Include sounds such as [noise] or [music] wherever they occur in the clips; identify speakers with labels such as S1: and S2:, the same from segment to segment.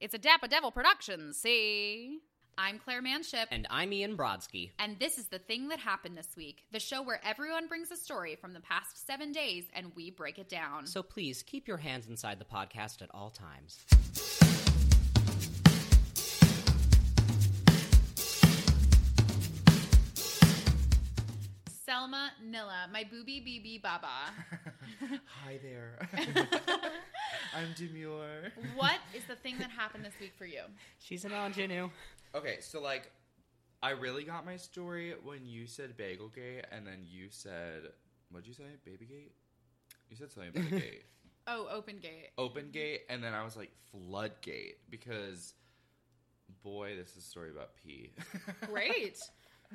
S1: It's a Dappa Devil production, see? I'm Claire Manship.
S2: And I'm Ian Brodsky.
S1: And this is the thing that happened this week the show where everyone brings a story from the past seven days and we break it down.
S2: So please keep your hands inside the podcast at all times.
S1: Selma Nilla, my booby BB
S2: [laughs]
S1: Baba.
S3: [laughs] Hi there. I'm demure.
S1: what is the thing that happened this week for you?
S2: She's an ingenue.
S3: Okay, so like, I really got my story when you said Bagelgate, and then you said, what'd you say? Babygate? You said something about the [laughs] gate.
S1: Oh, Open Gate.
S3: Open gate, and then I was like, floodgate, because boy, this is a story about pee. [laughs]
S1: Great.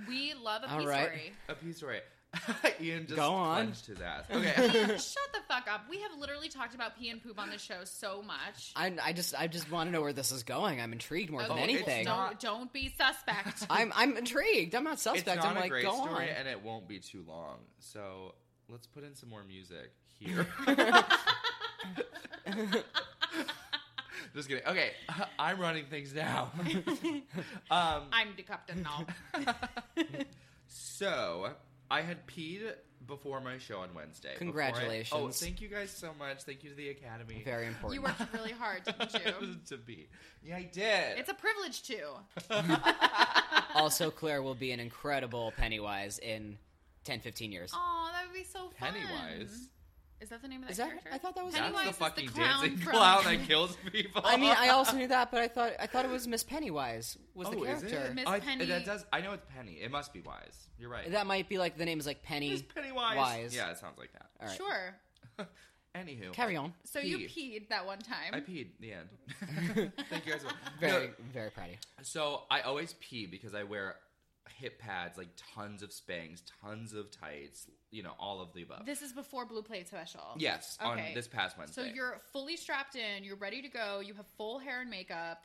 S1: We love a
S2: All
S1: pee
S2: right.
S1: story.
S3: a pee story. [laughs] Ian just
S2: Go on.
S3: plunged his ass.
S2: [laughs]
S3: Okay.
S1: Shut the fuck up. We have literally talked about pee and poop on this show so much. Oh,
S2: I, I just I just want to know where this is going. I'm intrigued more than
S3: Oh, it's
S2: anything.
S3: not-
S1: Don't, don't be suspect.
S2: I'm I'm intrigued. I'm not
S3: it's
S2: suspect.
S3: not
S2: I'm
S3: a
S2: like,
S3: great
S2: go
S3: story,
S2: on.
S3: and it won't be too long. So let's put in some more music
S2: [laughs]
S3: here. [laughs] Just kidding. Okay, [laughs] I'm running
S2: [laughs]
S3: things down. um,
S1: I'm the captain now.
S3: so I had peed before my show on Wednesday. before I- oh,
S2: Congratulations.
S3: thank you guys so much. Thank you to the Academy. [laughs]
S2: Very important.
S1: You worked really hard, didn't you?
S3: to be. Yeah, I did.
S1: It's a privilege
S3: [laughs]
S1: too.
S2: also, Claire will be an incredible Pennywise in 10, 15 years.
S1: Oh, that would be so fun.
S3: Pennywise.
S1: Is that the name of that
S2: Is that-
S1: character?
S2: I thought that was-
S3: That's
S1: Pennywise
S3: the
S1: is
S3: fucking
S1: clown
S3: dancing
S1: from- [laughs]
S3: clown that kills people.
S2: I mean, I also knew that, but I thought I thought it was Miss Pennywise was the
S3: Oh, is it?
S2: character.
S1: Miss
S3: I-
S1: Penny-
S3: That does. I know it's Penny. It must be Wise. You're right.
S2: That might be like the name is like Penny.
S3: It's Pennywise.
S2: Wise.
S3: Yeah, it sounds like that.
S2: All right.
S1: Sure.
S3: Anywho,
S2: Carry on.
S1: So you
S3: Pee.
S1: peed that one time.
S3: I peed.
S2: [laughs]
S3: The end. Thank you guys.
S2: Very
S3: No,
S2: very proud of you.
S3: so I always pee because I wear hip pads, like tons of spangs, tons of tights. You know, all of the above.
S1: This is before Blue Plate Special.
S3: yes,
S1: Okay.
S3: on this past Wednesday.
S1: So you're fully strapped in. You're ready to go. You have full hair and makeup.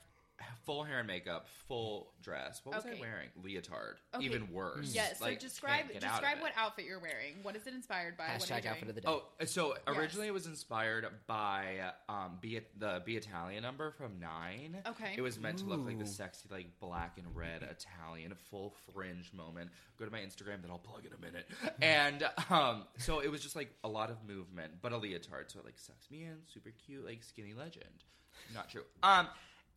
S3: full hair and makeup, full dress. What was
S1: Okay.
S3: I wearing? Leotard.
S1: Okay.
S3: Even
S2: Mm.
S3: worse.
S1: Yes.
S3: Like,
S1: so describe
S3: can't get out of
S1: describe
S3: it.
S1: what outfit you're wearing. What is it inspired by? what are you
S2: Hashtag
S1: doing?
S2: outfit of the day.
S3: Oh, so originally it was inspired by um, be the Be Italian number from Nine.
S1: Okay.
S3: it was meant to look like the
S2: Ooh.
S3: sexy, like black and red Italian full fringe moment. Go to my Instagram, then I'll plug in a minute.
S2: Hmm.
S3: and um, so it was just like a lot of movement, but a leotard, so it like sucks me in. Super cute, like skinny legend. Not true. Um,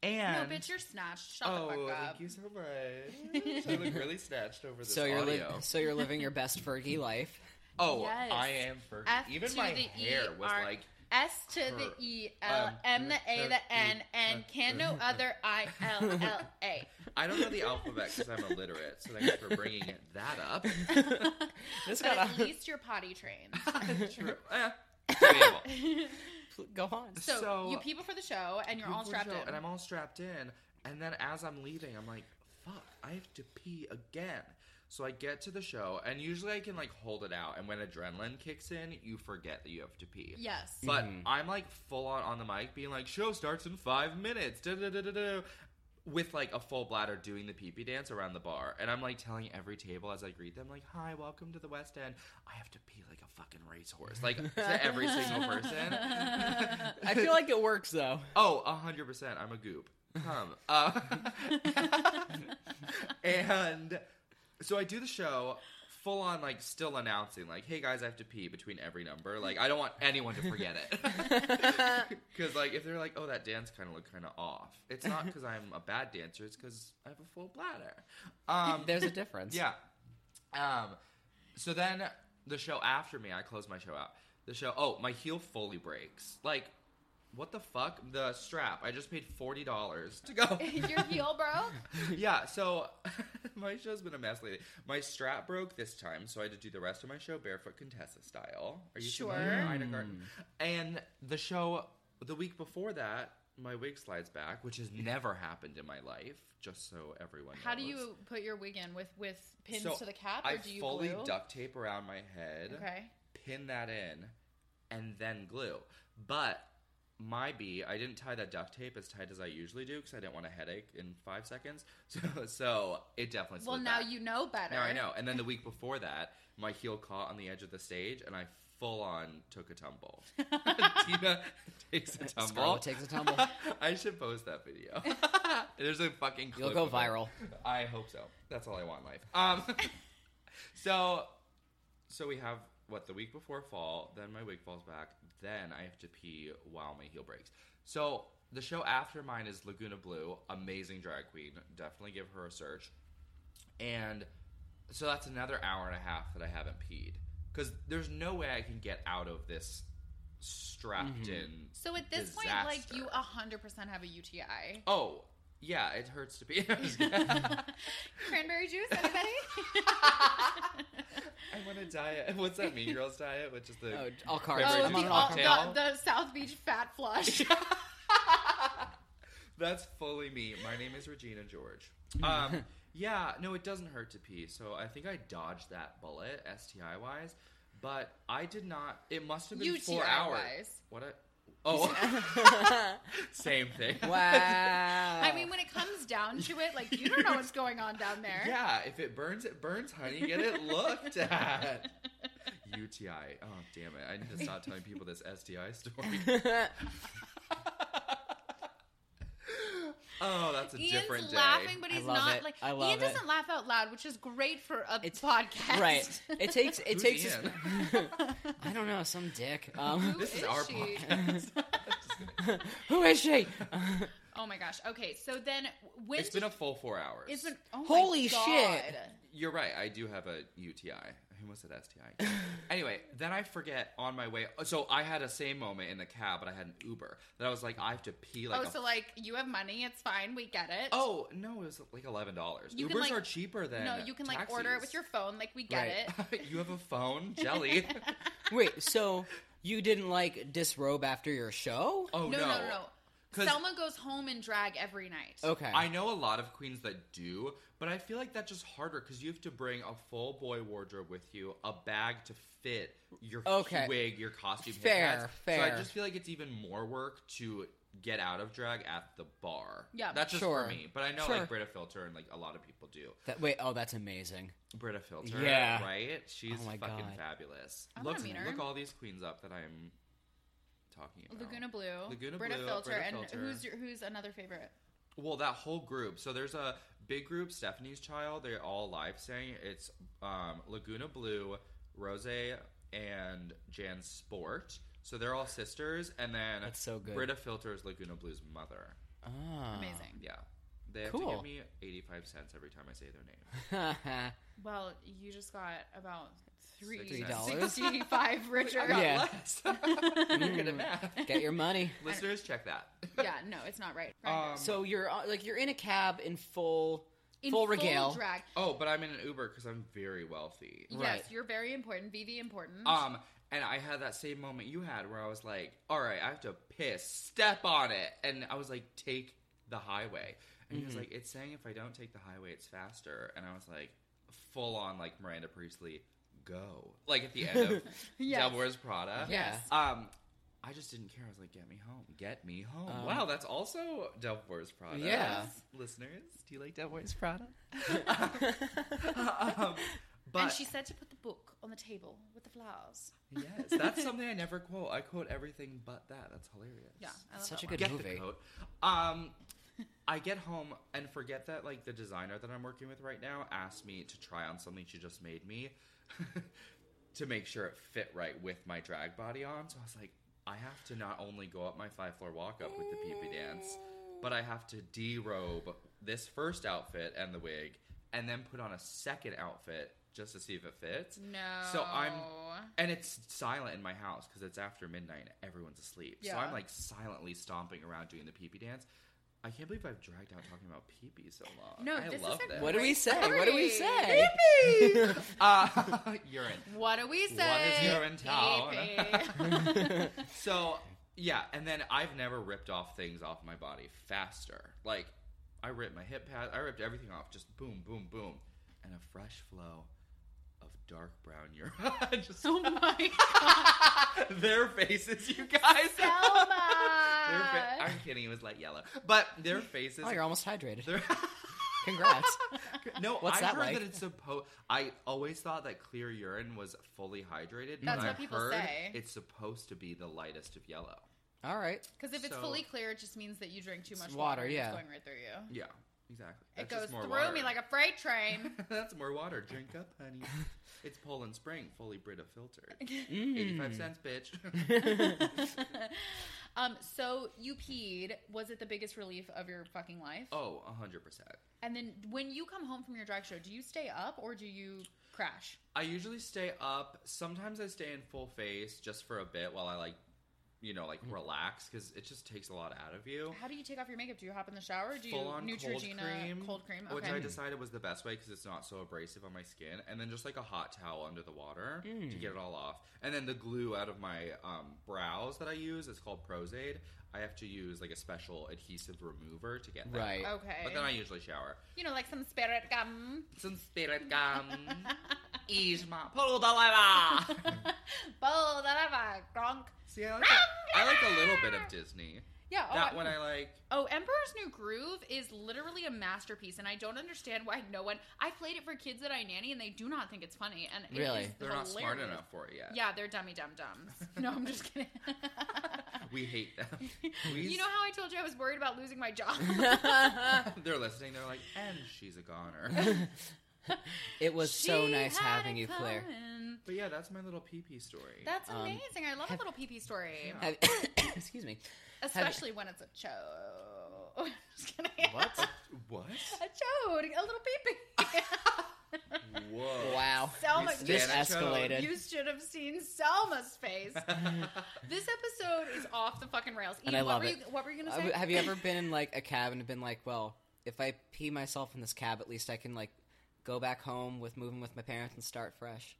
S3: and
S1: No, bitch, you're snatched. Shut
S3: oh,
S1: the fuck up.
S3: thank you so
S1: [laughs]
S3: much. I look really snatched over this
S2: so you're li-
S3: audio.
S2: so you're living your best Fergie
S1: [laughs]
S3: [laughs]
S2: life.
S3: oh,
S1: Yes.
S3: I am for
S1: F
S3: even
S1: to
S3: my
S1: the
S3: hair was
S1: ER.
S3: like.
S1: S to the
S3: Cur-
S1: E L
S3: um,
S1: M the A
S3: cur-
S1: the N
S3: cur-
S1: and can
S3: [laughs]
S1: no other I L L A.
S3: I don't know the alphabet because I'm illiterate, so thanks for bringing that
S1: [laughs]
S3: up.
S2: This
S1: But
S2: got
S1: at
S3: [laughs]
S2: a-
S1: least you're potty trained.
S3: True. Eh, debatable.
S2: go on.
S1: So,
S3: So-
S1: you pee before the show and you're all
S3: Before the
S1: strapped
S3: show,
S1: in.
S3: And I'm all strapped in. And then as I'm leaving, I'm like, fuck, I have to pee again. So I get to the show, and usually I can like hold it out. And when adrenaline kicks in, you forget that you have to pee.
S1: yes.
S3: But I'm like full on on the mic being like, show starts in five minutes. Da, da, da, da, da. With like a full bladder doing the pee pee dance around the bar. And I'm like telling every table as I greet them, like, hi, welcome to the West End. I have to pee like a fucking racehorse. Like to every single person.
S2: I feel like it works though.
S3: Oh, a hundred percent. I'm a goop. Come. Uh, [laughs] and so I do the show full on like still announcing like hey guys i have to pee between every number like i don't want anyone to forget it because like if they're like oh that dance kind of looked kind of off it's not because i'm a bad dancer it's because i have a full bladder um
S2: There's a difference.
S3: yeah. Um, so then the show after me, I close my show out. The show, oh, my heel fully breaks. Like, what the fuck? The strap. I just paid forty dollars
S1: [laughs]
S3: to go.
S1: [laughs] Your heel
S3: [laughs]
S1: broke?
S3: yeah. So [laughs] my show's been a mess lately. My strap broke this time, so I had to do the rest of my show barefoot Contessa style. Are you
S1: Sure. Mm.
S3: familiar? Ina Garten. And the show the week before that. My wig slides back, which has never happened in my life. Just so everyone.
S1: How do
S3: knows.
S1: you put your wig in with with pins
S3: So
S1: to the cap or
S3: I
S1: do you
S3: fully
S1: glue?
S3: duct tape around my head,
S1: Okay.
S3: pin that in, and then glue. But my bee, I didn't tie that duct tape as tight as I usually do because I didn't want a headache in five seconds. [laughs] So, so it definitely.
S1: Well,
S3: slid
S1: now
S3: back.
S1: you know better.
S3: Now I know. And then the week before that, my heel caught on the edge of the stage, and I full on took a tumble. Tina takes a tumble.
S2: Scarlett takes a tumble.
S3: [laughs] I should post that video. There's a fucking clip
S2: You'll go
S3: of it.
S2: viral.
S3: I hope so. That's all I want in life. Um, [laughs] so, so we have what the week before fall. Then my wig falls back. Then I have to pee while my heel breaks. So the show after mine is Laguna Blue. Amazing drag queen. Definitely give her a search. And so that's another hour and a half that I haven't peed because there's no way I can get out of this strapped
S2: Mm-hmm.
S3: in
S1: So at this point, like you
S3: Disaster.
S1: 100% have a
S3: [laughs]
S1: UTI.
S3: Oh, yeah, it hurts to [laughs] be.
S1: [laughs] Cranberry juice, anybody?
S3: [laughs]
S1: [laughs]
S3: I'm on a diet. What's that Mean Girls diet? Which is the
S2: Oh, all carbs.
S3: Cranberry
S1: oh,
S2: I'm
S1: the,
S2: on an
S3: juice
S2: all
S1: uh,
S2: carbs.
S3: cocktail.
S1: the, the South Beach fat
S2: [laughs]
S1: flush.
S3: That's fully me. My name is Regina
S2: [laughs]
S3: George. Um, yeah, no, it doesn't hurt to pee. So I think I dodged that bullet STI wise, but I did not. It must have been four hours.
S1: UTI-wise.
S3: What? A,
S2: [laughs]
S3: oh, [laughs] same thing.
S2: wow.
S1: I mean, when it comes down to it, like you don't know what's going on down there.
S3: Yeah, if it burns, it burns, honey. Get it
S1: [laughs]
S3: looked at. UTI. Oh, damn it. I need to stop telling people this
S2: [laughs]
S3: STI
S1: [laughs]
S3: story. Oh, that's a different
S1: Ian's
S3: day.
S1: laughing, but
S2: I
S1: he's
S2: love
S1: not
S2: it.
S1: like
S2: I love
S1: Ian
S2: it.
S1: doesn't laugh out loud, which is great for a
S2: It's-
S1: podcast. [laughs]
S2: right. It takes. It
S3: Who's
S2: takes.
S3: Ian?
S2: [laughs] I don't know. Some dick.
S3: [laughs]
S2: Um,
S1: Who
S3: this is
S1: is
S3: our
S1: she?
S3: podcast.
S1: [laughs]
S2: [laughs] who is she?
S1: Oh my gosh. Okay, so then when
S3: it's been a full four hours.
S1: it's been oh my
S2: Holy
S1: God.
S2: shit.
S3: You're right. I do have a UTI. I almost said STI. anyway, then I forget on my way. So I had a same moment in the cab, but I had an Uber. That I was like, I have to pee like
S1: oh,
S3: a
S1: so like you have money, it's fine, we get it.
S3: Oh no, it was like eleven dollars.
S1: You
S3: Ubers
S1: can, like-
S3: are cheaper than
S1: no, you can like order it with your phone, like we get
S2: Right.
S1: it.
S3: your. you have a phone,
S1: [laughs]
S3: jelly.
S2: Wait. So you didn't like disrobe after your show?
S3: [laughs] Oh
S1: no, no,
S3: no,
S1: no, no.
S3: 'Cause-
S1: Selma goes home in drag every night.
S2: Okay.
S3: Oh, I know a lot of queens that do, but I feel like that's just harder because you have to bring a full boy wardrobe with you, a bag to fit your
S2: Okay.
S3: wig, your costume.
S2: Fair,
S3: haircuts. So
S2: fair.
S3: I just feel like it's even more work to get out of drag at the bar.
S1: Yeah.
S3: that's just
S2: Sure.
S3: for me. But I know
S2: Sure.
S3: like Britta Filter and like a lot of people do.
S2: That, wait. Oh, that's amazing.
S3: Britta Filter,
S2: Yeah.
S3: right? She's
S2: Oh my
S3: fucking
S2: God.
S3: fabulous.
S1: I wanna
S3: Look,
S1: meet her.
S3: look all these queens up that I'm talking about.
S1: Laguna Blue,
S3: Laguna
S1: Brita
S3: Blue,
S1: Filter,
S3: Brita
S1: and
S3: Filter.
S1: who's your, who's another favorite?
S3: Well, that whole group. So there's a big group, Stephanie's Child. They're all live saying it's um, Laguna Blue, Rose, and Jan Sport. So they're all sisters, and then
S2: That's so good.
S3: Britta Filter is Laguna Blue's mother.
S2: Ah.
S1: Amazing.
S3: Um, Yeah, they have to
S2: Cool.
S3: give me eighty-five cents every time I say their name.
S2: Ah.
S1: Well, you just got about three
S3: Sixty
S1: [laughs]
S2: dollars.
S1: sixty-five richer.
S3: [laughs] I got
S2: Yeah. [laughs]
S3: less. You're good at math.
S2: [laughs] Get your money.
S3: Listeners, check that.
S1: Mm. yeah, no, it's not right.
S3: Um,
S2: So you're uh, like you're in a cab in full
S1: In
S2: full
S1: full
S2: regale.
S1: drag.
S3: oh, but I'm in an Uber because I'm very wealthy.
S1: Yes,
S2: Right.
S1: you're very important. VV important.
S3: Um, and I had that same moment you had where I was like, all right, I have to piss, step on it. And I was like, take the highway. And he was
S1: Mm-hmm.
S3: like, it's saying if I don't take the highway, it's faster. And I was like, full on like Miranda Priestley, go. Like at the
S2: [laughs]
S3: end of
S1: [laughs] [laughs] Yes.
S3: Devil Wears Prada.
S1: yes.
S3: Um, I just didn't care. I was like, get me home. Get me home.
S2: Um,
S3: wow, that's also Devil Wears Prada.
S2: Yeah.
S3: Listeners, do you like Devil
S1: [laughs]
S3: Wears Prada? [laughs] um, but
S1: and she said to put the book on the table with the flowers.
S3: Yes, that's something I never quote. I quote everything but that. That's hilarious.
S1: Yeah, I love
S2: It's such a
S1: that
S2: good
S3: get
S2: movie.
S3: the coat. Um, I get home and forget that like the designer that I'm working with right now asked me to try on something she just made me [laughs] to make sure it fit right with my drag body on. So I was like, I have to not only go up my five floor walk up with the peepee dance, but I have to derobe this first outfit and the wig, and then put on a second outfit just to see if it fits.
S1: one. No.
S3: So I'm and it's silent in my house because it's after midnight and everyone's asleep. So
S1: Yeah.
S3: I'm like silently stomping around doing the pee pee dance. I can't believe I've dragged out talking about pee pee so long.
S1: No,
S3: I
S1: this is
S3: love
S1: a
S3: that.
S1: [laughs]
S2: What do we
S1: Great
S2: say? What do we
S1: story.
S2: say? [laughs]
S3: Uh, [laughs] urine.
S1: What do we say?
S3: your in town? [laughs]
S1: PP?
S3: So yeah, and then I've never ripped off things off my body faster. Like I ripped my hip pad, I ripped everything off, just boom, boom, boom, and a fresh flow of dark brown urine. [laughs] just
S1: oh my
S3: [laughs]
S1: god.
S3: their faces, you guys. Their fa-
S1: [laughs] Selma. Uh. [laughs]
S3: I'm kidding. It was like yellow, but their faces.
S1: Oh,
S2: Oh, you're almost hydrated.
S3: their- [laughs]
S2: Congrats.
S3: No,
S2: What's
S3: I
S2: that
S3: heard
S2: like?
S3: that it's supposed. I always thought that clear urine was fully hydrated. but
S1: That's
S3: I
S1: what people
S3: heard
S1: say.
S3: It's supposed to be the lightest of yellow.
S2: All right.
S1: Because if it's
S3: So-
S1: fully clear, it just means that you drink too
S2: It's
S1: much
S2: water,
S1: water. and
S2: yeah.
S1: It's going right through you.
S3: Yeah, exactly.
S1: it
S3: That's
S1: goes
S3: just more
S1: through
S3: water.
S1: me like a freight
S3: [laughs]
S1: train. [laughs]
S3: That's more water. Drink up, honey. It's Poland Spring, fully Brita filtered.
S1: Hmm.
S2: Mm.
S3: 85 cents, bitch.
S1: [laughs] um, so you peed. Was it the biggest relief of your fucking life?
S3: oh, 100%.
S1: And then when you come home from your drag show, do you stay up or do you crash?
S3: I usually stay up. Sometimes I stay in full face just for a bit while I like, you know, like relax because it just takes a lot out of you.
S1: How do you take off your makeup? Do you hop in the shower? Do you
S3: Full-on
S1: Neutrogena cold cream?
S3: which
S1: Okay.
S3: I decided was the best way because it's not so abrasive on my skin, and then just like a hot towel under the water to get it all off, and then the glue out of my um, brows that I use is called Prozade. I have to use like a special adhesive remover to get that.
S2: Right.
S1: [laughs] okay.
S3: But then I usually shower.
S1: you know, like some spirit
S3: [laughs]
S1: gum. [laughs]
S3: Some spirit gum. [laughs] Ease my pull the lever.
S1: Bowl that I've a gronk.
S3: See, I like, a, I like a little bit of Disney.
S1: [laughs] Yeah. Oh,
S3: That
S1: I-
S3: one I like.
S1: Oh, Emperor's New Groove is literally a masterpiece, and I don't understand why no one. I played it for kids that I nanny, and they do not think it's funny. And it
S2: Really?
S1: is
S3: They're not smart
S1: hilarious.
S3: enough for it yet.
S1: Yeah, they're dummy dum dums.
S3: [laughs]
S1: No, I'm just kidding.
S3: We hate them. [laughs]
S1: [laughs]
S3: We
S1: you know how I told you I was worried about losing my
S2: [laughs]
S1: job?
S3: they're listening. They're like, and she's
S1: [laughs]
S3: a goner.
S2: Mm. [laughs] it was so
S1: She
S2: nice
S1: had
S2: having
S1: it
S2: you, Claire.
S1: coming.
S3: but yeah, that's my little pee pee story.
S1: That's
S2: Um,
S1: amazing. I love a little pee pee story,
S3: Yeah.
S2: [laughs] Have- [coughs] excuse me.
S1: especially when it's a [laughs] chode. Just kidding.
S2: What?
S3: Oh, what?
S1: [laughs] A chode, a little pee
S2: [laughs]
S1: pee. [laughs]
S3: Whoa!
S2: Wow.
S1: Selma,
S3: We
S1: you
S2: This
S3: stand a chode.
S2: escalated.
S1: You should have seen Selma's
S2: [laughs]
S1: face.
S3: [laughs]
S1: this episode is off the fucking rails.
S2: And
S1: Ian,
S2: I
S1: what
S2: love
S1: were
S2: it.
S1: You, what were you gonna
S2: Uh,
S1: say?
S2: Have
S1: [laughs]
S2: you ever been in like a cab and been like, well, if I pee myself in this cab, at least I can like go back home with moving with my parents and start fresh.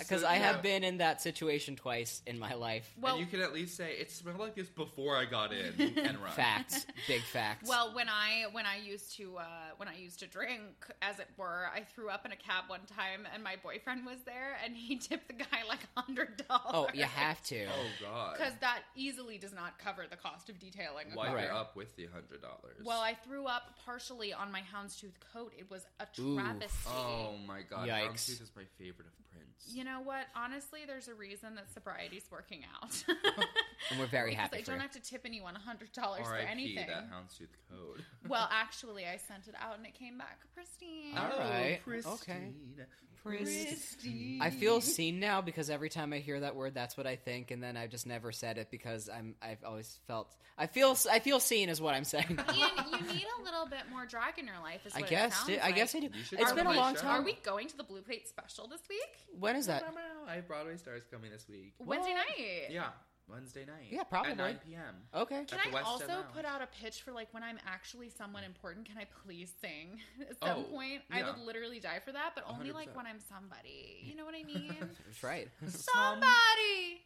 S2: Because
S3: So
S2: I
S3: true.
S2: have been in that situation twice in my life.
S1: [coughs] Well,
S3: and you can at least say it smelled like this before I
S1: [laughs]
S3: got in and run.
S2: Facts, big facts.
S1: well, when I when I used to uh, when I used to drink, as it were, I threw up in a cab one time, and my boyfriend was there, and he [laughs] tipped the guy like a hundred dollars. [laughs]
S2: oh, you have to.
S3: Oh God!
S1: because that easily does not cover the cost of detailing. a
S3: Why
S1: car.
S2: Right.
S3: you're up with the hundred dollars?
S1: Well, I threw up partially on my houndstooth coat. It was a
S2: Ooh.
S1: travesty.
S3: Oh my God!
S2: Yikes.
S3: Brown Tooth is my favorite of Prince.
S1: You know what? Honestly, there's a reason that sobriety's working out. [laughs]
S2: And we're very
S1: because
S2: happy
S1: I
S2: for
S1: don't
S2: you.
S1: have to tip anyone hundred dollars for
S3: R.I.P.
S1: anything.
S3: That [laughs] houndstooth
S1: [laughs]
S3: code.
S1: well, actually, I sent it out and it came back pristine.
S2: All right,
S3: Oh, Pristine.
S2: okay.
S1: Pristine.
S2: I
S3: [laughs]
S2: feel seen now because every time I hear that word, that's what I think, and then I've just never said it because I'm. I've always felt. I feel. I feel seen is what I'm saying.
S1: Ian, you need a little bit more drag in your life. Is
S2: I
S1: what it
S2: guess.
S1: sounds
S2: It, I
S1: like.
S2: guess I do.
S3: You should
S2: It's
S3: come
S2: been a
S3: on my
S2: long
S3: show.
S1: Are
S2: time.
S1: we going to the Blue Plate special this week?
S2: When is that?
S3: I have Broadway stars coming this week.
S1: Wednesday
S2: What?
S1: night.
S3: Yeah, Wednesday night.
S2: Yeah, probably.
S3: at nine p.m.
S2: Okay.
S1: Can
S3: At the
S1: I
S3: West End
S1: also
S3: Lounge.
S1: put out a pitch for like when I'm actually someone important? Can I please sing [laughs] at some
S3: Oh,
S1: point? I
S3: yeah.
S1: would literally die for that, but only like
S3: 100%.
S1: when I'm somebody. You know what I mean?
S2: That's
S3: [laughs]
S2: right.
S3: Some-
S1: somebody,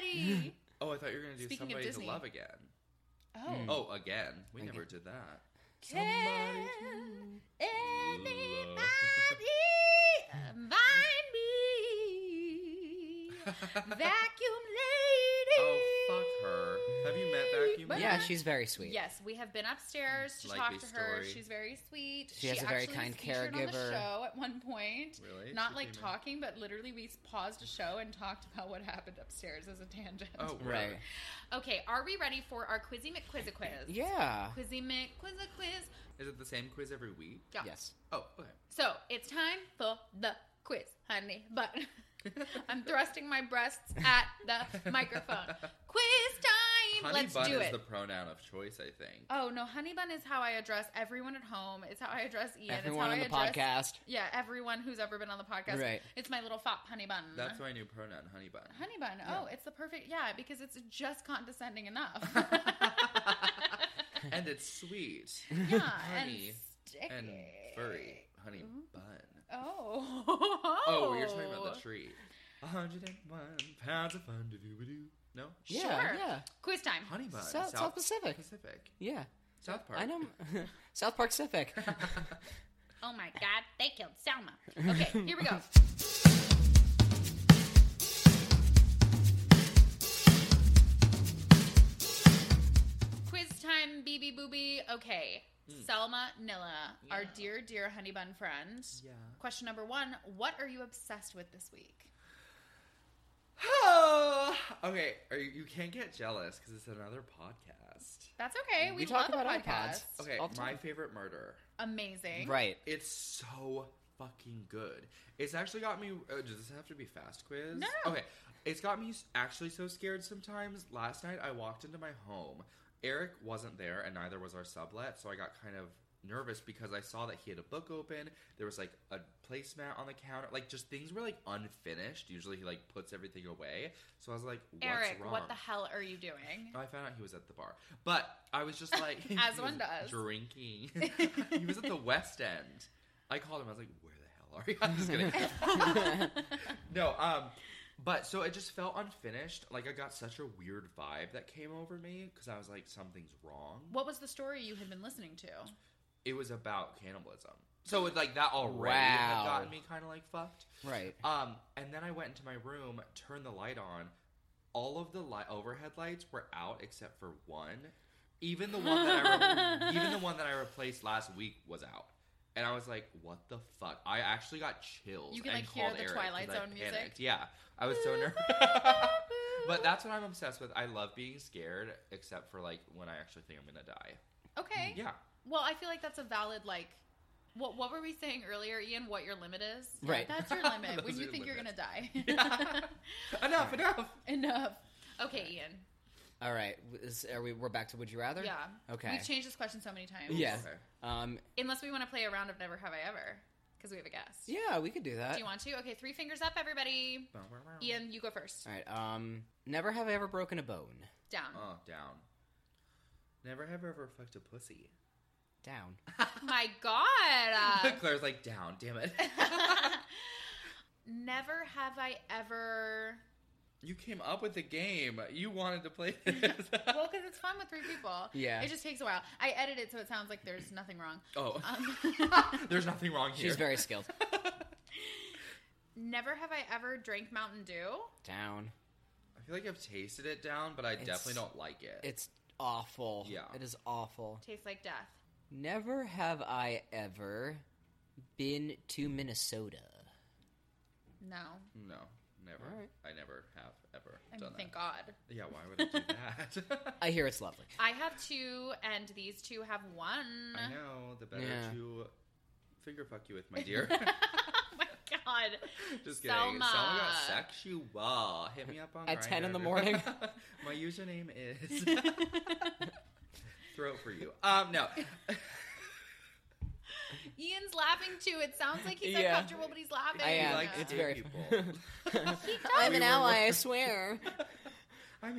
S1: anybody.
S3: Oh, I thought you were gonna do
S1: Speaking of
S3: somebody to
S1: Disney.
S3: love again.
S1: Oh,
S3: Oh, again. We
S2: Again.
S3: never did that.
S1: [laughs] can anybody find me?
S3: [laughs]
S1: Vacuum lady.
S3: Oh, fuck her. Have you met Vacuum
S1: But-
S3: Lady?
S2: Yeah, she's very sweet.
S1: Yes, we have been upstairs to
S3: Like
S1: talk to
S3: the
S1: her.
S3: story.
S1: She's very sweet.
S2: She has a very
S1: actually
S2: kind
S1: was featured On the
S2: caregiver.
S1: show at one point,
S3: Really?
S1: not
S3: She
S1: like
S3: came in?
S1: talking, but literally we paused a show and talked about what happened upstairs as a tangent.
S3: Oh,
S2: Right.
S3: right.
S1: Okay, are we ready for our Quizzy McQuizza quiz?
S2: Yeah.
S1: Quizzy McQuizza quiz.
S3: Is it the same quiz every week?
S1: Yeah.
S2: Yes.
S3: Oh, okay.
S1: So it's time for the quiz, honey. But [laughs] I'm thrusting my breasts at the microphone. Quiz time.
S3: Honey
S1: Let's
S3: bun
S1: do
S3: is
S1: it.
S3: the pronoun of choice, I think.
S1: Oh no, honey bun is how I address everyone at home. It's how I address Ian.
S2: Everyone on
S1: it's
S2: the
S1: how I address,
S2: podcast.
S1: Yeah, everyone who's ever been on the podcast.
S2: Right.
S1: It's my little fop honey bun.
S3: That's my new pronoun, honey bun.
S1: honey bun. Oh, it's the perfect. Yeah, because it's just condescending
S3: [laughs]
S1: enough.
S3: and it's sweet.
S2: [laughs]
S1: yeah,
S3: Honey
S1: and sticky
S3: And furry. Honey bun.
S1: Oh.
S3: Oh, we were talking about the tree. 101 pounds of fun. doo-doo-doo. No?
S2: Yeah.
S1: Sure.
S2: Yeah.
S1: Quiz time.
S3: Honey bun.
S2: South- South Pacific.
S3: Pacific.
S2: Yeah.
S3: South Park.
S2: I know. [laughs] South
S1: [laughs]
S2: Park Civic.
S1: Oh my God, they killed Selma. Okay, here we go. Quiz time, BB Booby. Okay,
S3: Mm.
S1: Selma Nilla, our
S3: Yeah.
S1: dear, dear honey bun friend.
S3: [laughs] Yeah.
S1: Question number one What are you obsessed with this week?
S3: Oh, okay. Are you, you can't get jealous because it's another podcast.
S1: That's okay. We,
S2: We talk
S1: love
S2: about
S1: a
S2: iPods.
S1: podcast.
S3: Okay,
S2: All the
S3: my
S2: time.
S3: favorite murder.
S1: Amazing.
S2: Right.
S3: It's so fucking good. It's actually got me. Uh, does this have to be fast quiz?
S1: No, no.
S3: Okay. It's got me s- actually so scared sometimes. Last night I walked into my home. Eric wasn't there, and neither was our sublet, so I got kind of nervous because I saw that he had a book open. There was like a placemat on the counter. Like just things were like unfinished. Usually he like puts everything away. So I was like, "What's
S1: Eric,
S3: wrong?"
S1: what the hell are you doing?
S3: [laughs]
S1: [laughs]
S3: Oh, I found out he was at the bar, but I was just like, he
S1: As
S3: was
S1: one does.
S3: drinking.
S1: [laughs]
S3: he was at the West End. I called him. I was like, "Where the hell are you?" I'm just kidding.
S1: [laughs]
S3: no, um, but so it just felt unfinished. Like I got such a weird vibe that came over me because I was like, "Something's wrong."
S1: What was the story you had been listening to?
S3: It was about cannibalism. So it, like that already
S2: Wow.
S3: had gotten me kind of like fucked.
S2: right.
S3: Um, and then I went into my room, turned the light on. All of the light overhead lights were out except for one. Even the one that
S1: [laughs]
S3: I re- even the one that I replaced last week was out. And I was like, "What the fuck?" I actually got chills.
S1: You can,
S3: and
S1: like, hear
S3: called
S1: the
S3: Eric
S1: Twilight
S3: 'cause I
S1: Zone music.
S3: panicked. Yeah, I was
S1: [laughs]
S3: so nervous. [laughs] but that's what I'm obsessed with. I love being scared, except for like when I actually think I'm gonna die.
S1: Okay.
S3: Yeah, [laughs]
S1: Well, I feel like that's a valid like. What what were we saying earlier, Ian? What your limit is?
S2: Right.
S1: That's your limit. when
S3: Those
S1: you
S3: are
S1: think you're gonna
S3: limits.
S1: die.
S3: enough, enough.
S1: Enough. Okay, Ian.
S2: All right. Is, are we? We're back to Would You Rather.
S1: Yeah.
S2: Okay.
S1: We've changed this question so many times.
S2: Yeah.
S3: Okay.
S2: Um.
S1: Unless we want to play a round of Never Have I Ever, because we have a guest.
S2: Yeah, we could do that.
S1: Do you want to? Okay, three fingers up, everybody. Ian, you go first.
S2: All right. Um. Never have I ever broken a bone.
S1: Down.
S3: Oh, down. Never have I ever fucked a pussy.
S2: Down.
S1: [laughs] My God.
S3: [laughs]
S1: uh,
S3: Claire's like, down,
S2: [laughs]
S3: damn it.
S1: [laughs] Never have I ever.
S3: you came up with the game. You wanted
S2: [laughs]
S3: to play this.
S1: Well, because it's fun with three people.
S2: Yeah.
S1: It just takes a while. I edit it so it sounds like there's nothing wrong.
S3: oh,
S1: Um,
S3: [laughs]
S2: [laughs]
S3: there's nothing wrong here.
S1: [laughs]
S2: She's
S3: [laughs]
S2: very skilled.
S1: Never have I ever drank Mountain Dew.
S2: Down.
S3: I feel like I've tasted it down, but I
S2: It's-
S3: definitely don't like it.
S2: It's awful.
S3: Yeah.
S2: It is awful.
S1: Tastes like death.
S2: Never have I ever been to Minnesota.
S1: No.
S3: no, never.
S2: All right.
S3: I never have ever
S1: I mean,
S3: done
S1: thank
S3: that.
S1: God.
S3: Yeah, why would I do that? [laughs]
S2: [laughs] I hear
S1: [laughs]
S2: it's lovely.
S1: I have two, and these two have one. [laughs]
S3: I know, the better
S2: Yeah.
S3: to finger fuck you with,
S2: [laughs]
S3: my dear.
S1: oh my God.
S3: Just kidding.
S1: Selma.
S3: Selma got sexual. Hit me up on
S2: At 10 in the
S3: Grindr.
S2: morning.
S3: [laughs] My username
S2: [laughs]
S3: is [laughs] throat for you. Um, no.
S2: [laughs]
S1: Ian's laughing too. It sounds like he's
S2: Yeah.
S1: uncomfortable, but he's laughing.
S2: I am.
S3: likes
S2: it's
S3: gay
S2: very. [laughs]
S3: people. [laughs]
S2: I'm
S3: We
S2: an
S3: were-
S2: ally. I swear.
S3: I'm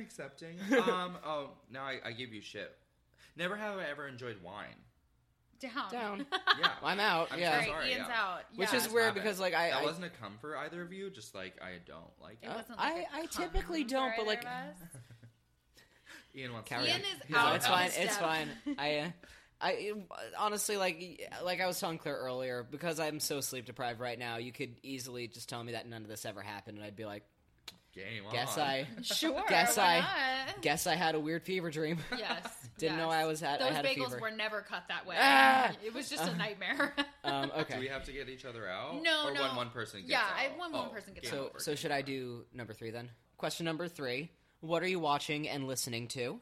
S1: [laughs]
S3: accepting. Um, oh, now I, I give you shit. Never have I ever enjoyed wine.
S2: [laughs]
S1: Down. [laughs]
S2: Down.
S3: Yeah.
S2: I'm out.
S3: I'm
S2: yeah.
S1: Sorry,
S3: sorry,
S1: Ian's
S3: yeah.
S1: out.
S2: Which
S1: Yeah.
S2: is
S3: Just
S2: weird
S3: have it.
S2: because, like, I-
S3: that
S2: I-
S3: wasn't a come for either of you. Just like I don't like
S1: It
S3: it.
S2: Uh,
S1: wasn't like
S2: I-
S1: a
S2: I
S1: cum
S2: typically don't,
S1: for
S2: but, like-
S1: either of us.
S3: Ian wants.
S2: Carry
S1: Ian
S2: on.
S1: is
S3: He's
S2: No,
S1: out.
S3: like,
S2: it's
S1: of
S2: fine.
S1: his
S2: It's
S1: depth.
S2: fine.
S1: [laughs]
S2: I, uh, I it- honestly like, like I was telling Claire earlier, because I'm so sleep deprived right now. You could easily just tell me that none of this ever happened, and I'd be like,
S3: Game on.
S2: guess I,
S1: [laughs]
S2: [laughs]
S1: Sure.
S2: Guess
S1: why
S2: I-
S1: not?
S2: guess I had a weird fever dream.
S3: [laughs]
S1: Yes.
S2: [laughs] Didn't know
S1: yes.
S2: I was at- I
S1: Those
S2: had a
S1: bagels
S2: fever.
S1: were never cut that way.
S2: Ah!
S1: It was just a nightmare. [laughs]
S2: um, okay.
S3: Do we have to get each other out?
S1: No,
S3: or
S1: no.
S3: One one person. Gets
S1: Yeah,
S3: out?
S1: I- one- one
S3: Oh,
S1: person gets
S3: game
S2: so,
S3: over,
S2: so
S3: game
S2: should I
S3: over.
S2: do number three then? Question number three: What are you watching and listening to?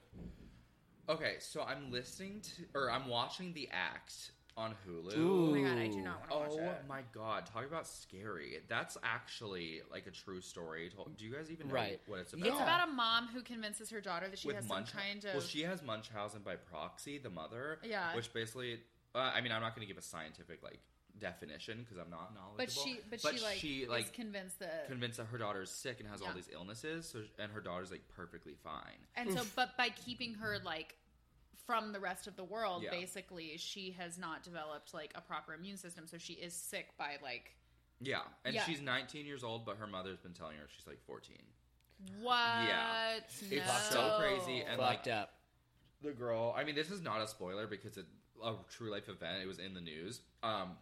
S3: Okay, so I'm listening to or I'm watching The Act on Hulu.
S1: oh
S2: Ooh.
S1: my god, I do not want to
S3: Oh
S1: watch it.
S3: my god, talk about scary. That's actually like a true story. told- Do you guys even know
S2: Right.
S3: what it's
S2: Yeah.
S3: about?
S1: It's about a mom who convinces her daughter that she has some
S3: Munch-
S1: kind of.
S3: Well, she has Munchausen by proxy, the mother.
S1: Yeah.
S3: Which basically, uh, I mean, I'm not going to give a scientific like definition because I'm not knowledgeable.
S1: but she, but, she like, is convinced that.
S3: convinced that her daughter's sick and has
S1: Yeah.
S3: all these illnesses. So and her daughter's like perfectly fine.
S1: and so, but by keeping her like from the rest of the world,
S3: Yeah.
S1: basically, she has not developed like a proper immune system, so she is sick by like
S3: Yeah, and
S1: Yeah.
S3: she's 19 years old, but her mother's been telling her she's like 14.
S1: what?
S3: Yeah.
S1: No.
S3: It's so crazy and- like-
S2: Fucked up.
S3: the girl i mean this is not a spoiler because it a true life event it was in the news um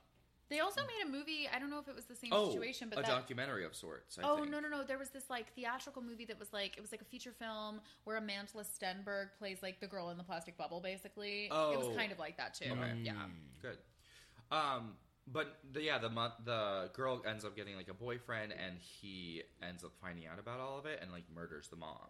S1: They also made a movie. I don't know if it was the same
S3: Oh,
S1: situation, but
S3: a
S1: that,
S3: documentary of sorts. I
S1: oh
S3: think.
S1: no no no! There was this like theatrical movie that was like it was like a feature film where Amantla Stenberg plays like the girl in the plastic bubble. Basically, it was
S3: Oh.
S1: kind of like that too.
S3: Okay.
S1: Yeah,
S2: Hmm.
S3: Good. Um, but the, yeah, the month the girl ends up getting like a boyfriend, and he ends up finding out about all of it and like murders the mom.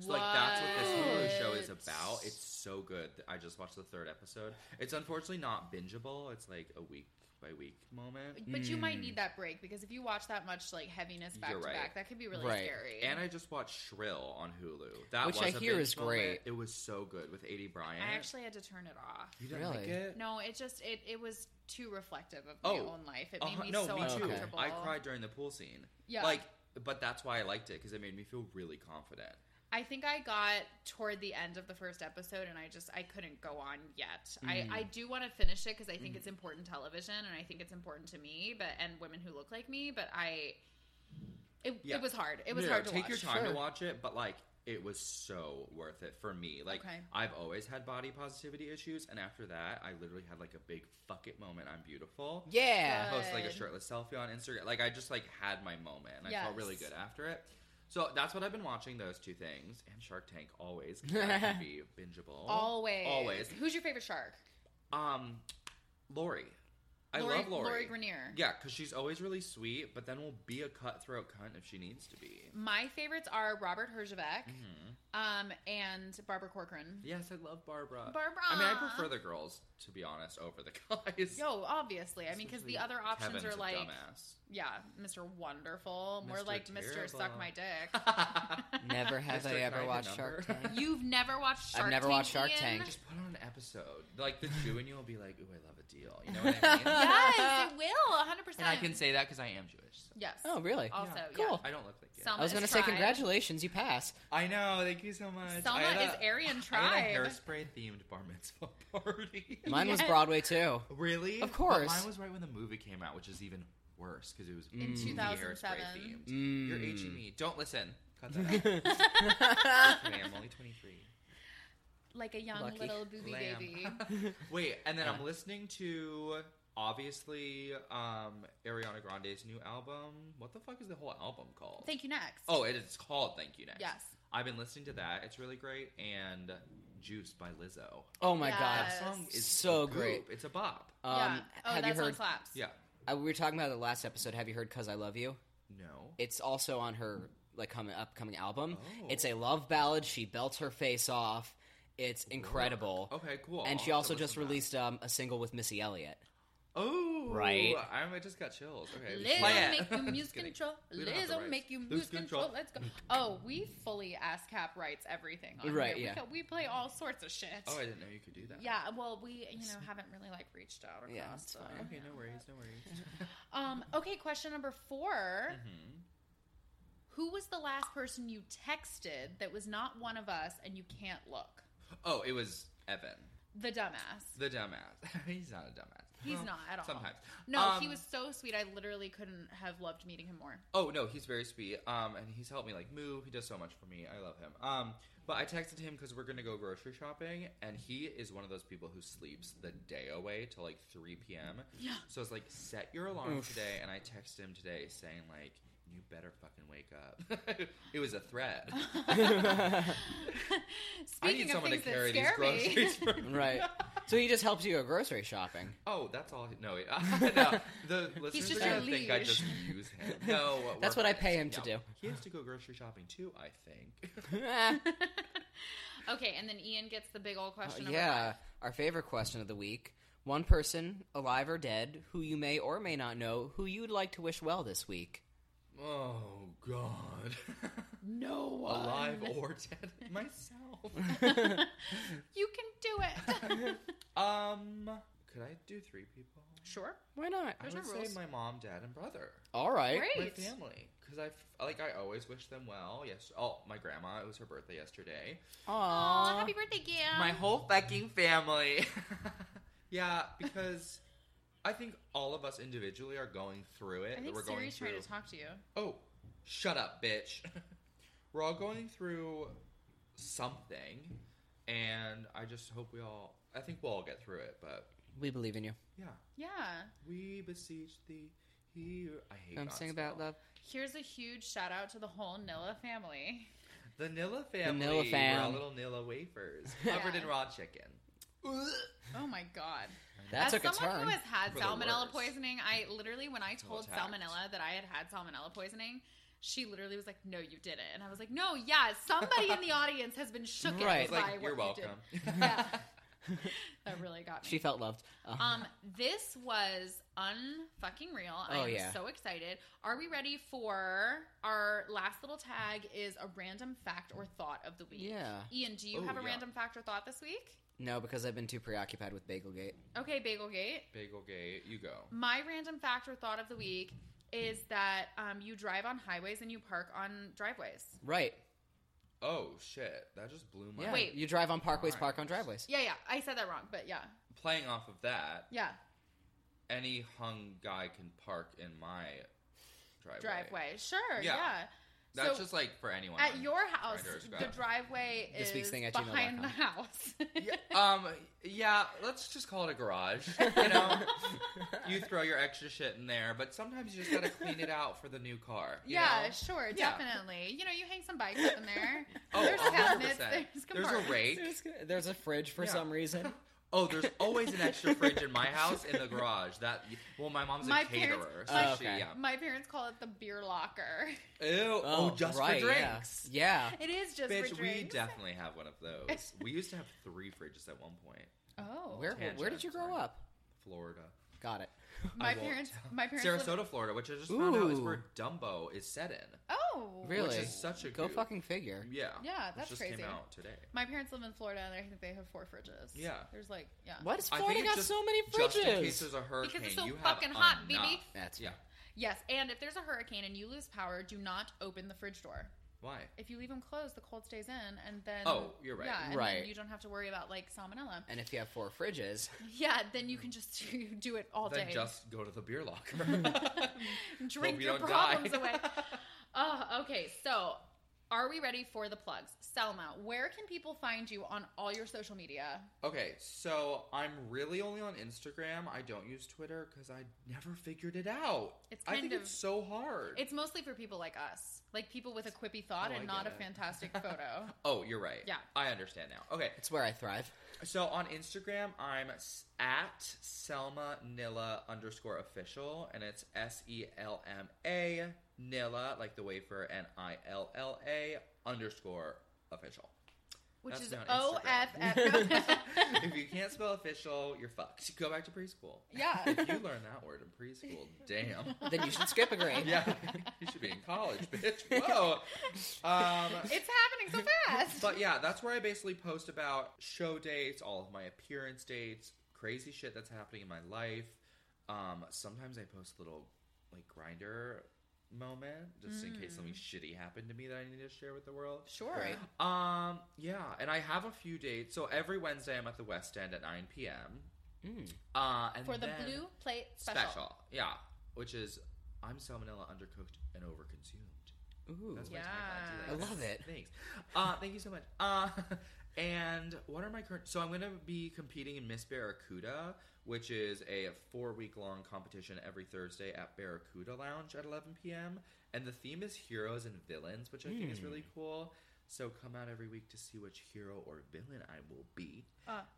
S3: So like that's what this horror show is
S1: What?
S3: about. It's so good. I just watched the third episode. It's unfortunately not bingeable. It's like a week by week moment.
S1: But you might
S2: Mm.
S1: need that break because if you watch that much like heaviness back
S3: Hmm. You're
S1: to
S3: right.
S1: back, that could be really
S2: Right.
S1: scary.
S3: And I just watched Shrill on Hulu. That
S2: Which
S3: was
S2: I
S3: a
S2: hear
S3: binge
S2: is
S3: moment.
S2: great.
S3: It was so good with A.D. Bryant.
S1: I actually had to turn it off.
S3: you didn't like
S2: Really?
S3: it?
S1: No, it just it it was too reflective of my
S3: Oh,
S1: own life. It
S3: Uh,
S1: made me
S3: no,
S1: so
S3: me too.
S1: uncomfortable.
S3: I cried during the pool scene.
S1: Yeah,
S3: Like, but that's why I liked it because it made me feel really confident.
S1: I think I got toward the end of the first episode, and I just I couldn't go on yet.
S2: Mm.
S1: I I do want to finish it because I think
S3: Mhm.
S1: it's important television, and I think it's important to me, but and women who look like me. But I, it,
S3: Yeah.
S1: it was hard. It was
S3: No,
S1: hard
S3: no,
S1: to
S3: take
S1: watch.
S3: your time
S2: Sure.
S3: to watch it, but like it was so worth it for me. Like
S1: Okay.
S3: I've always had body positivity issues, and after that, I literally had like a big fuck it moment. I'm beautiful.
S2: Yeah.
S1: Yeah.
S3: Post like a
S1: Good.
S3: shirtless selfie on Instagram. Like I just like had my moment, and I felt really
S1: Yes.
S3: good after it. So that's what I've been watching. Those two things and Shark Tank always [laughs] 'cause that can be bingeable.
S1: Always,
S3: Always.
S1: Who's your favorite shark?
S3: um, Lori. I love Lori.
S1: Lori Grenier.
S3: yeah, because she's always really sweet, but then will be a cutthroat cunt if she needs to be.
S1: My favorites are Robert Herjavec,
S3: Mhm.
S1: um, and Barbara Corcoran.
S3: Yes, I love Barbara.
S1: Barbara.
S3: I mean, I prefer the girls to be honest over the [laughs] guys.
S1: Yo, obviously. I mean, because
S3: Especially
S1: the other options
S3: Kevin's
S1: are
S3: a
S1: like,
S3: dumbass.
S1: yeah, Mr. Wonderful, more
S3: Mr.
S1: like Mr. Suck
S3: Terrible.
S1: My Dick.
S2: Never have
S3: Mr.
S2: I ever
S3: Kinda
S2: watched Shark
S3: Number.
S1: [laughs]
S2: Tank.
S1: You've never watched Shark Tank.
S2: I've never watched Shark
S1: Ian?
S2: Tank.
S3: [laughs] [laughs] Just put on an episode, like the Jew in you will be like, "Ooh, I love a deal." You know what I
S1: [laughs]
S3: mean?
S1: Yes, it will. 100. percent
S3: and I can say that because I am Jewish. So.
S1: yes.
S2: [laughs] Oh, really?
S1: Also, yeah.
S2: Cool.
S3: I don't look like it.
S1: Selma-
S2: I was going to
S1: Let's
S2: say
S1: try.
S2: congratulations,
S1: [laughs]
S2: you pass.
S3: I know. Thank you so much.
S1: Selma
S3: I had
S1: is
S3: a-
S1: Aryan
S3: I had a
S1: tribe.
S3: hairspray themed bar mitzvah [laughs] party.
S2: Mine was
S1: Yes.
S2: Broadway too.
S3: really?
S2: Of course.
S3: But mine was right when the movie came out, which is even worse because it was
S2: In
S3: really
S1: 2007.
S3: hairspray themed.
S2: Mm.
S3: You're
S1: [laughs]
S3: aging me. Don't listen. Cut
S2: [laughs]
S3: that. out. okay, I'm only 23.
S1: like a young
S2: Lucky.
S1: little booby
S3: Lamb.
S1: baby.
S3: Wait, and then I'm
S2: Yeah.
S3: listening to obviously um Ariana Grande's new album. What the fuck is the whole album called?
S1: Thank you next.
S3: oh, it is called Thank You Next.
S1: yes.
S3: I've been listening to that. It's really great. And Juice by Lizzo.
S2: [laughs] Oh my
S1: Yeah.
S2: god.
S3: That song is
S2: So
S3: a goop.
S2: great.
S3: It's a bop.
S2: Um,
S1: yeah. Oh,
S2: have
S1: that
S2: you
S1: song
S2: heard?
S1: claps.
S3: Yeah.
S2: uh, we were talking about it the last episode. Have you heard "Cause I Love You"?
S3: No.
S2: It's also on her like coming upcoming album.
S3: Oh.
S2: It's a love ballad. She belts her face off. It's incredible.
S3: Oh. Okay, cool.
S2: And
S3: I'll
S2: she
S3: have to
S2: also
S3: listen
S2: just
S3: to that.
S2: released um, a single with Missy
S3: [laughs]
S2: Elliott.
S3: Oh,
S2: Right.
S3: I'm, I just got chills. Okay,
S1: Lizzo
S3: play it. [laughs]
S1: make you
S3: Just
S1: muse
S3: kidding.
S1: control.
S3: We don't have the
S1: Lizzo
S3: rights.
S1: make you
S3: Lose
S1: muse control.
S3: control.
S1: Let's go. Oh, we fully ASCAP rights everything on
S2: Right,
S1: here.
S2: yeah.
S1: We, co- we play all sorts of shit.
S3: Oh, I didn't know you could do that.
S1: yeah, well, we you know haven't really like reached out across.
S2: Yeah, it's
S1: the-
S2: fine.
S3: Okay, no worries, no
S1: [laughs]
S3: worries.
S1: Um. Okay. Question number 4
S3: Mhm.
S1: Who was the last person you texted that was not one of us and you can't look?
S3: Oh, it was Evan,
S1: The dumbass.
S3: the dumbass. [laughs] He's not a dumbass.
S1: He's
S3: Well,
S1: not at all.
S3: Sometimes.
S1: No, he
S3: Um,
S1: was so sweet. I literally couldn't have loved meeting him
S3: [laughs]
S1: more. [laughs]
S3: Oh no, he's very sweet. Um, and he's helped me like move. He does so much for me. I love him. Um, but I texted him because we're gonna go grocery shopping, and he is one of those people who sleeps the day away till like three p.m.
S1: Yeah.
S3: So it's like set your alarm
S2: Oof.
S3: today, and I texted him today saying like, "You better fucking wake up." [laughs] it was
S1: [laughs]
S3: a threat. I
S1: Speaking
S3: need
S1: of
S3: someone to
S1: things
S3: carry
S1: that
S3: these
S1: scare me.
S3: groceries for
S1: [laughs]
S3: me.
S2: right. So he just helps you go grocery shopping.
S3: [laughs] Oh, that's all. No, [laughs] wait. no. The listeners
S1: just
S3: are
S1: your
S3: gonna think I
S1: liege.
S3: just use him.
S1: [laughs]
S3: No,
S2: That's
S3: we're
S2: what I
S3: friends.
S2: pay him to
S3: No.
S2: do.
S3: He has to go grocery shopping too. I think. [laughs]
S2: Eh.
S1: [laughs] okay, and then Ian gets the big old question.
S2: Uh,
S1: number
S2: yeah,
S1: five.
S2: our favorite question of the week. One person, alive or dead, who you may or may not know, who you'd like to wish well this
S1: [laughs]
S2: week.
S3: Oh God! [laughs]
S1: No one.
S3: Alive
S1: [laughs]
S3: or dead? Myself.
S1: you can do
S3: [laughs]
S1: it.
S3: um, could I do three people?
S1: sure.
S2: Why not?
S3: I
S1: There's
S3: would
S1: no
S3: say
S1: rules.
S3: my mom, dad, and brother.
S2: All right.
S3: My
S1: Great.
S3: family, because I f- like I always wish them well. Yes. Oh, my grandma. It was her birthday yesterday.
S1: Aw,
S2: Aww.
S1: happy birthday, Gam.
S3: my whole fucking family. [laughs] yeah, because I think all of us individually are going through it.
S1: I think
S3: We're going
S1: Siri's trying
S3: through.
S1: to talk to you.
S3: Oh, shut up, bitch. [laughs] We're all going through something, and I just hope we all. I think we'll all get through it, but
S2: We believe in you.
S3: Yeah.
S1: Yeah.
S3: We beseech thee here. I hate
S2: Come
S3: Godspell.
S2: sing about love.
S1: Here's a huge shout out to the whole Nilla family.
S3: The Nilla family.
S2: Nilla
S3: We're
S2: fam.
S3: all little Nilla wafers
S2: [laughs]
S1: Yeah.
S3: covered in raw chicken.
S1: Oh my god.
S2: That
S1: As
S2: took a
S1: someone
S2: turn.
S1: who has had
S3: for the
S1: salmonella
S3: worse.
S1: poisoning, I literally when I told
S3: attacked.
S1: Salmonella that I had had salmonella poisoning, she literally was like, "No, you didn't," and I was like, "No, yeah, somebody in the audience has been shook
S2: Right.
S1: right.
S3: It's
S1: by
S3: like
S1: what
S3: you're
S1: you
S3: welcome. [laughs]
S1: did." [laughs] Yeah. That really got me.
S2: She felt loved. [laughs] Uh,
S1: um, this was unfucking real. I
S2: Oh,
S1: am
S2: yeah.
S1: so excited. Are we ready for our last little tag? Is a random fact or thought of the week?
S2: Yeah.
S1: Ian, do you
S3: Oh,
S1: have a
S3: yeah.
S1: random fact or thought this week?
S2: no, because I've been too preoccupied with Bagelgate.
S1: Okay, Bagelgate.
S3: Bagelgate, you go.
S1: My random fact or thought of the week is that um, you drive on highways and you park on driveways.
S2: Right.
S3: Oh shit, that just blew my.
S2: Yeah.
S1: Wait.
S2: You drive on parkways,
S3: Alright.
S2: park
S1: [laughs]
S2: on driveways.
S1: Yeah, yeah. I said that wrong, but yeah.
S3: Playing off of that,
S1: Yeah.
S3: any hung guy can park in my driveway.
S1: Driveway. Sure. Yeah.
S3: Yeah. That's
S1: so
S3: just like for anyone.
S1: at your house,
S3: Grindr's
S1: the
S3: got-
S1: driveway is
S2: This week's thing at
S1: behind
S2: gmail.com.
S1: the house.
S3: [laughs] yeah, um, yeah. Let's just call it a garage.
S2: [laughs]
S3: You know, you throw your extra shit in there, but sometimes you just gotta clean it out for the new car. you
S1: Yeah,
S3: know?
S1: sure,
S3: Yeah.
S1: definitely. You know, you hang some bikes up in
S3: [laughs]
S1: there.
S3: Oh,
S1: there's
S3: 100%.
S1: cabinets, there's
S3: There's
S1: compartments.
S3: a rake.
S2: There's, there's a fridge for
S3: Yeah.
S1: [laughs]
S2: some reason.
S3: Oh, there's always an extra fridge in my house in the garage. That well, my mom's a
S1: My
S3: caterer.
S1: parents- Oh,
S3: so
S2: my-
S3: she,
S2: Okay.
S3: yeah.
S1: My parents call it the beer locker. [laughs]
S3: Ew. Oh, just
S2: right,
S3: for drinks.
S2: Yeah. yeah.
S1: It is just for
S3: Bitch, we
S1: drinks.
S3: definitely have one of
S1: [laughs]
S3: those. We used to have three fridges at one point.
S1: oh,
S2: Where where did
S3: tangent,
S2: you grow
S3: sorry.
S2: up?
S3: Florida,
S2: Got it.
S1: my
S3: I won't
S1: parents,
S3: tell.
S1: my parents, lived-
S3: Sarasota, Florida, which I just found out is
S2: Ooh.
S3: where Dumbo is set in.
S1: Oh,
S2: Really?
S3: Which is such a
S2: Go
S3: goof.
S2: fucking figure.
S3: Yeah.
S1: Yeah,
S3: Which
S1: that's
S3: just
S1: crazy.
S3: came out today.
S1: My parents live in Florida, and I think they have four fridges.
S3: Yeah.
S1: there's like yeah.
S2: Why does
S3: I think
S2: Florida
S3: it's
S2: got
S3: just-
S2: so many
S3: Just in case
S2: fridges?
S3: there's a hurricane,
S1: Because it's so
S3: you have
S1: fucking hot,
S3: enough.
S1: BB.
S2: That's
S3: Yeah.
S1: Yes, and if there's a hurricane and you lose power, do not open the fridge door.
S3: Why?
S1: If you leave them closed, the cold stays in, and then
S3: Oh, you're right.
S1: Yeah, and then
S2: Right.
S1: you don't have to worry about like salmonella. [laughs]
S2: And if you have four fridges,
S1: Yeah, then you can just [laughs] do it all
S3: Then
S1: day. [laughs]
S3: just [laughs] go to the beer locker.
S1: Drink
S3: [laughs] Hope you
S1: your
S3: don't die.
S1: problems away. [laughs] Oh, okay. So, are we ready for the plugs? Selma, where can people find you on all your social media?
S3: [laughs] Okay, so I'm really only on Instagram. I don't use Twitter because I never figured it out.
S1: It's
S3: I
S1: kind
S3: think
S1: of-
S3: it's so hard.
S1: It's mostly for people like us, like people with a quippy thought
S3: Oh, I
S1: and not a
S3: get it. [laughs]
S1: fantastic photo.
S3: oh, you're right.
S1: Yeah.
S3: I understand now. Okay,
S2: it's where I thrive.
S3: so on Instagram, I'm s- at Selma Nilla underscore official, and it's S E L M A Nilla, like the wafer, and I L L A underscore official.
S1: Which
S3: That's
S1: is
S3: not
S1: O F F. [laughs]
S2: Instagram.
S3: [laughs] if you can't spell official, you're fucked. Go back to preschool.
S1: Yeah.
S3: If you learn that word in preschool,
S1: [laughs]
S3: damn.
S2: Then you should skip a grade.
S3: [laughs] Yeah, you should be in college, bitch. Whoa. Um,
S1: It's happening so fast.
S3: but yeah, that's where I basically post about show dates, all of my appearance dates, crazy shit that's happening in my life. Um, sometimes I post a little like grinder moment just in case
S1: Mm.
S3: something shitty happened to me that I need to share with the world.
S1: sure.
S2: Right.
S3: Um, yeah, and I have a few dates. So every Wednesday I'm at the West End at 9 p.m.
S2: Mm.
S3: Uh, and
S1: For the
S3: then-
S1: blue plate special.
S3: special. yeah, which is I'm salmonella undercooked and overconsumed.
S2: Ooh.
S3: That's my
S1: Yeah.
S3: tagline.
S1: I
S3: Do that.
S2: love it.
S3: Thanks. Uh, thank you so much. Uh, [laughs] and what are my current? So I'm going to be competing in Miss Barracuda, which is a four week long competition every Thursday at Barracuda Lounge at 11 p.m. And the theme is heroes and villains, which I think is
S2: Hmm.
S3: really cool. So come out every week to see which hero or villain I will be.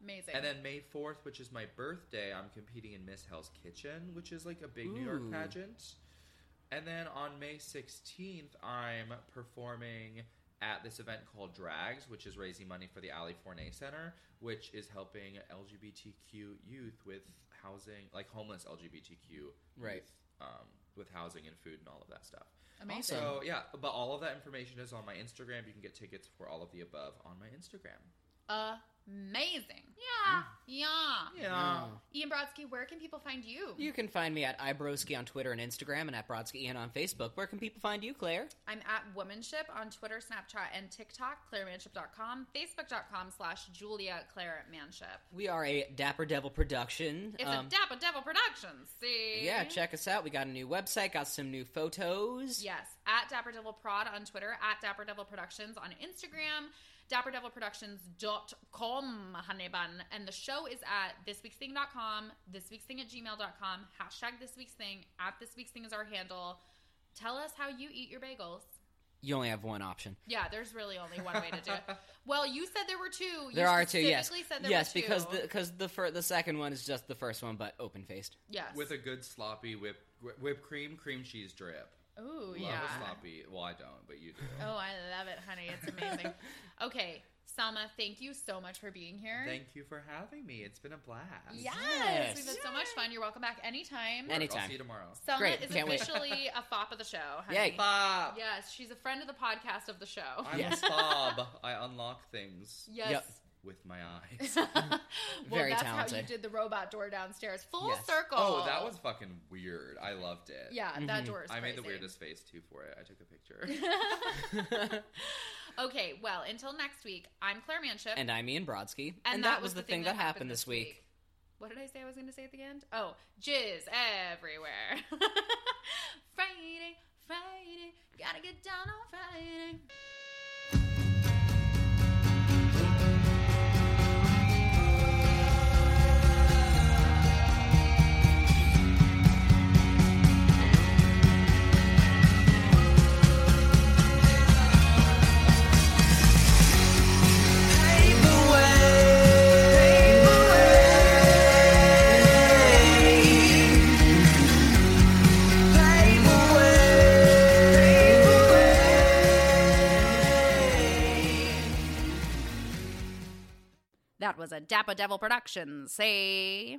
S1: Amazing.
S3: And then May 4th, which is my birthday, I'm competing in Miss Hell's Kitchen, which is like a big New York
S2: Ooh.
S3: pageant. And then on May 16th, I'm performing at this event called Drags, which is raising money for the Alley Fournay Center, which is helping LGBTQ youth with housing, like homeless LGBTQ
S2: Right.
S3: youth, um, with housing and food and all of that stuff.
S1: Amazing.
S2: also-
S3: So, yeah, but all of that information is on my Instagram. You can get tickets for all of the above on my Instagram.
S1: Amazing.
S3: Mm.
S1: Yeah. Yeah.
S3: Yeah.
S2: Oh.
S1: Ian Brodsky, where can people find you?
S2: You can find me at Ibroski on Twitter and Instagram and at Brodsky Ian on Facebook. Where can people find you, Claire?
S1: I'm at womanship on Twitter, Snapchat, and TikTok, clairemanship.com, facebook.com slash Julia Claire Manship.
S2: We are a Dapper Devil production.
S1: It's
S2: Um,
S1: a Dapper Devil Productions. See?
S2: yeah, check us out. We got a new website, got some new photos.
S1: Yes, at Dapper Devil Prod on Twitter, at Dapper Devil Productions on Instagram. dapperdevilproductions.com, honey bun. And the show is at thisweeksthing.com, thisweeksthing at gmail.com, hashtag thisweeksthing, at thisweeksthing is our handle. Tell us how you eat your bagels.
S2: You only have one option.
S1: Yeah, there's really only one way to do
S2: [laughs]
S1: it. Well, you said there were two. You
S2: There are two. Yes,
S1: specifically Said there
S2: yes,
S1: were two.
S2: because the because the fir- the second one is just the first one, but open
S1: [laughs]
S2: [laughs] faced.
S1: yes.
S3: With a good sloppy whip whi- whipped cream cream cheese drip.
S1: Ooh,
S3: Love
S1: yeah.
S3: a sloppy. Well, I don't, but
S1: [laughs]
S3: you do.
S1: Oh, I love it, honey. It's amazing.
S2: [laughs]
S1: okay, Selma, thank you so much for being here.
S3: Thank you for having me. It's been a blast.
S1: Yes,
S2: Yes.
S1: we've had so much fun. You're welcome back anytime.
S3: Word, I'll
S2: Anytime.
S3: see you tomorrow.
S1: Selma
S2: Great,
S1: is
S2: can't wait.
S1: officially
S2: [laughs]
S1: a fop of the show. Honey.
S2: Yay.
S3: Bob.
S1: Yes, she's a friend of the podcast of the show.
S3: I'm
S2: Yes. [laughs]
S3: a Bob. I unlock things
S1: yes.
S3: with my eyes.
S1: [laughs] well,
S2: [laughs] Very
S1: that's how you
S2: talented.
S1: did the robot door downstairs. Full
S2: Yes.
S1: circle.
S3: Oh, that was fucking weird. I loved it.
S1: Yeah, that
S2: Mhm.
S1: door is
S3: I made the
S1: crazy.
S3: weirdest face too for it. I took a picture.
S1: [laughs]
S3: [laughs]
S1: okay, well, until next week, I'm Claire Manship.
S2: and I'm Ian Brodsky, and,
S1: And
S2: that, was the thing that happened this week.
S1: What did I say I was going to say at the end? Oh, jizz everywhere. [laughs] Friday, Friday, gotta get down on Friday. That was a Dapper Devil production. Say.